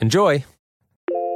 Enjoy!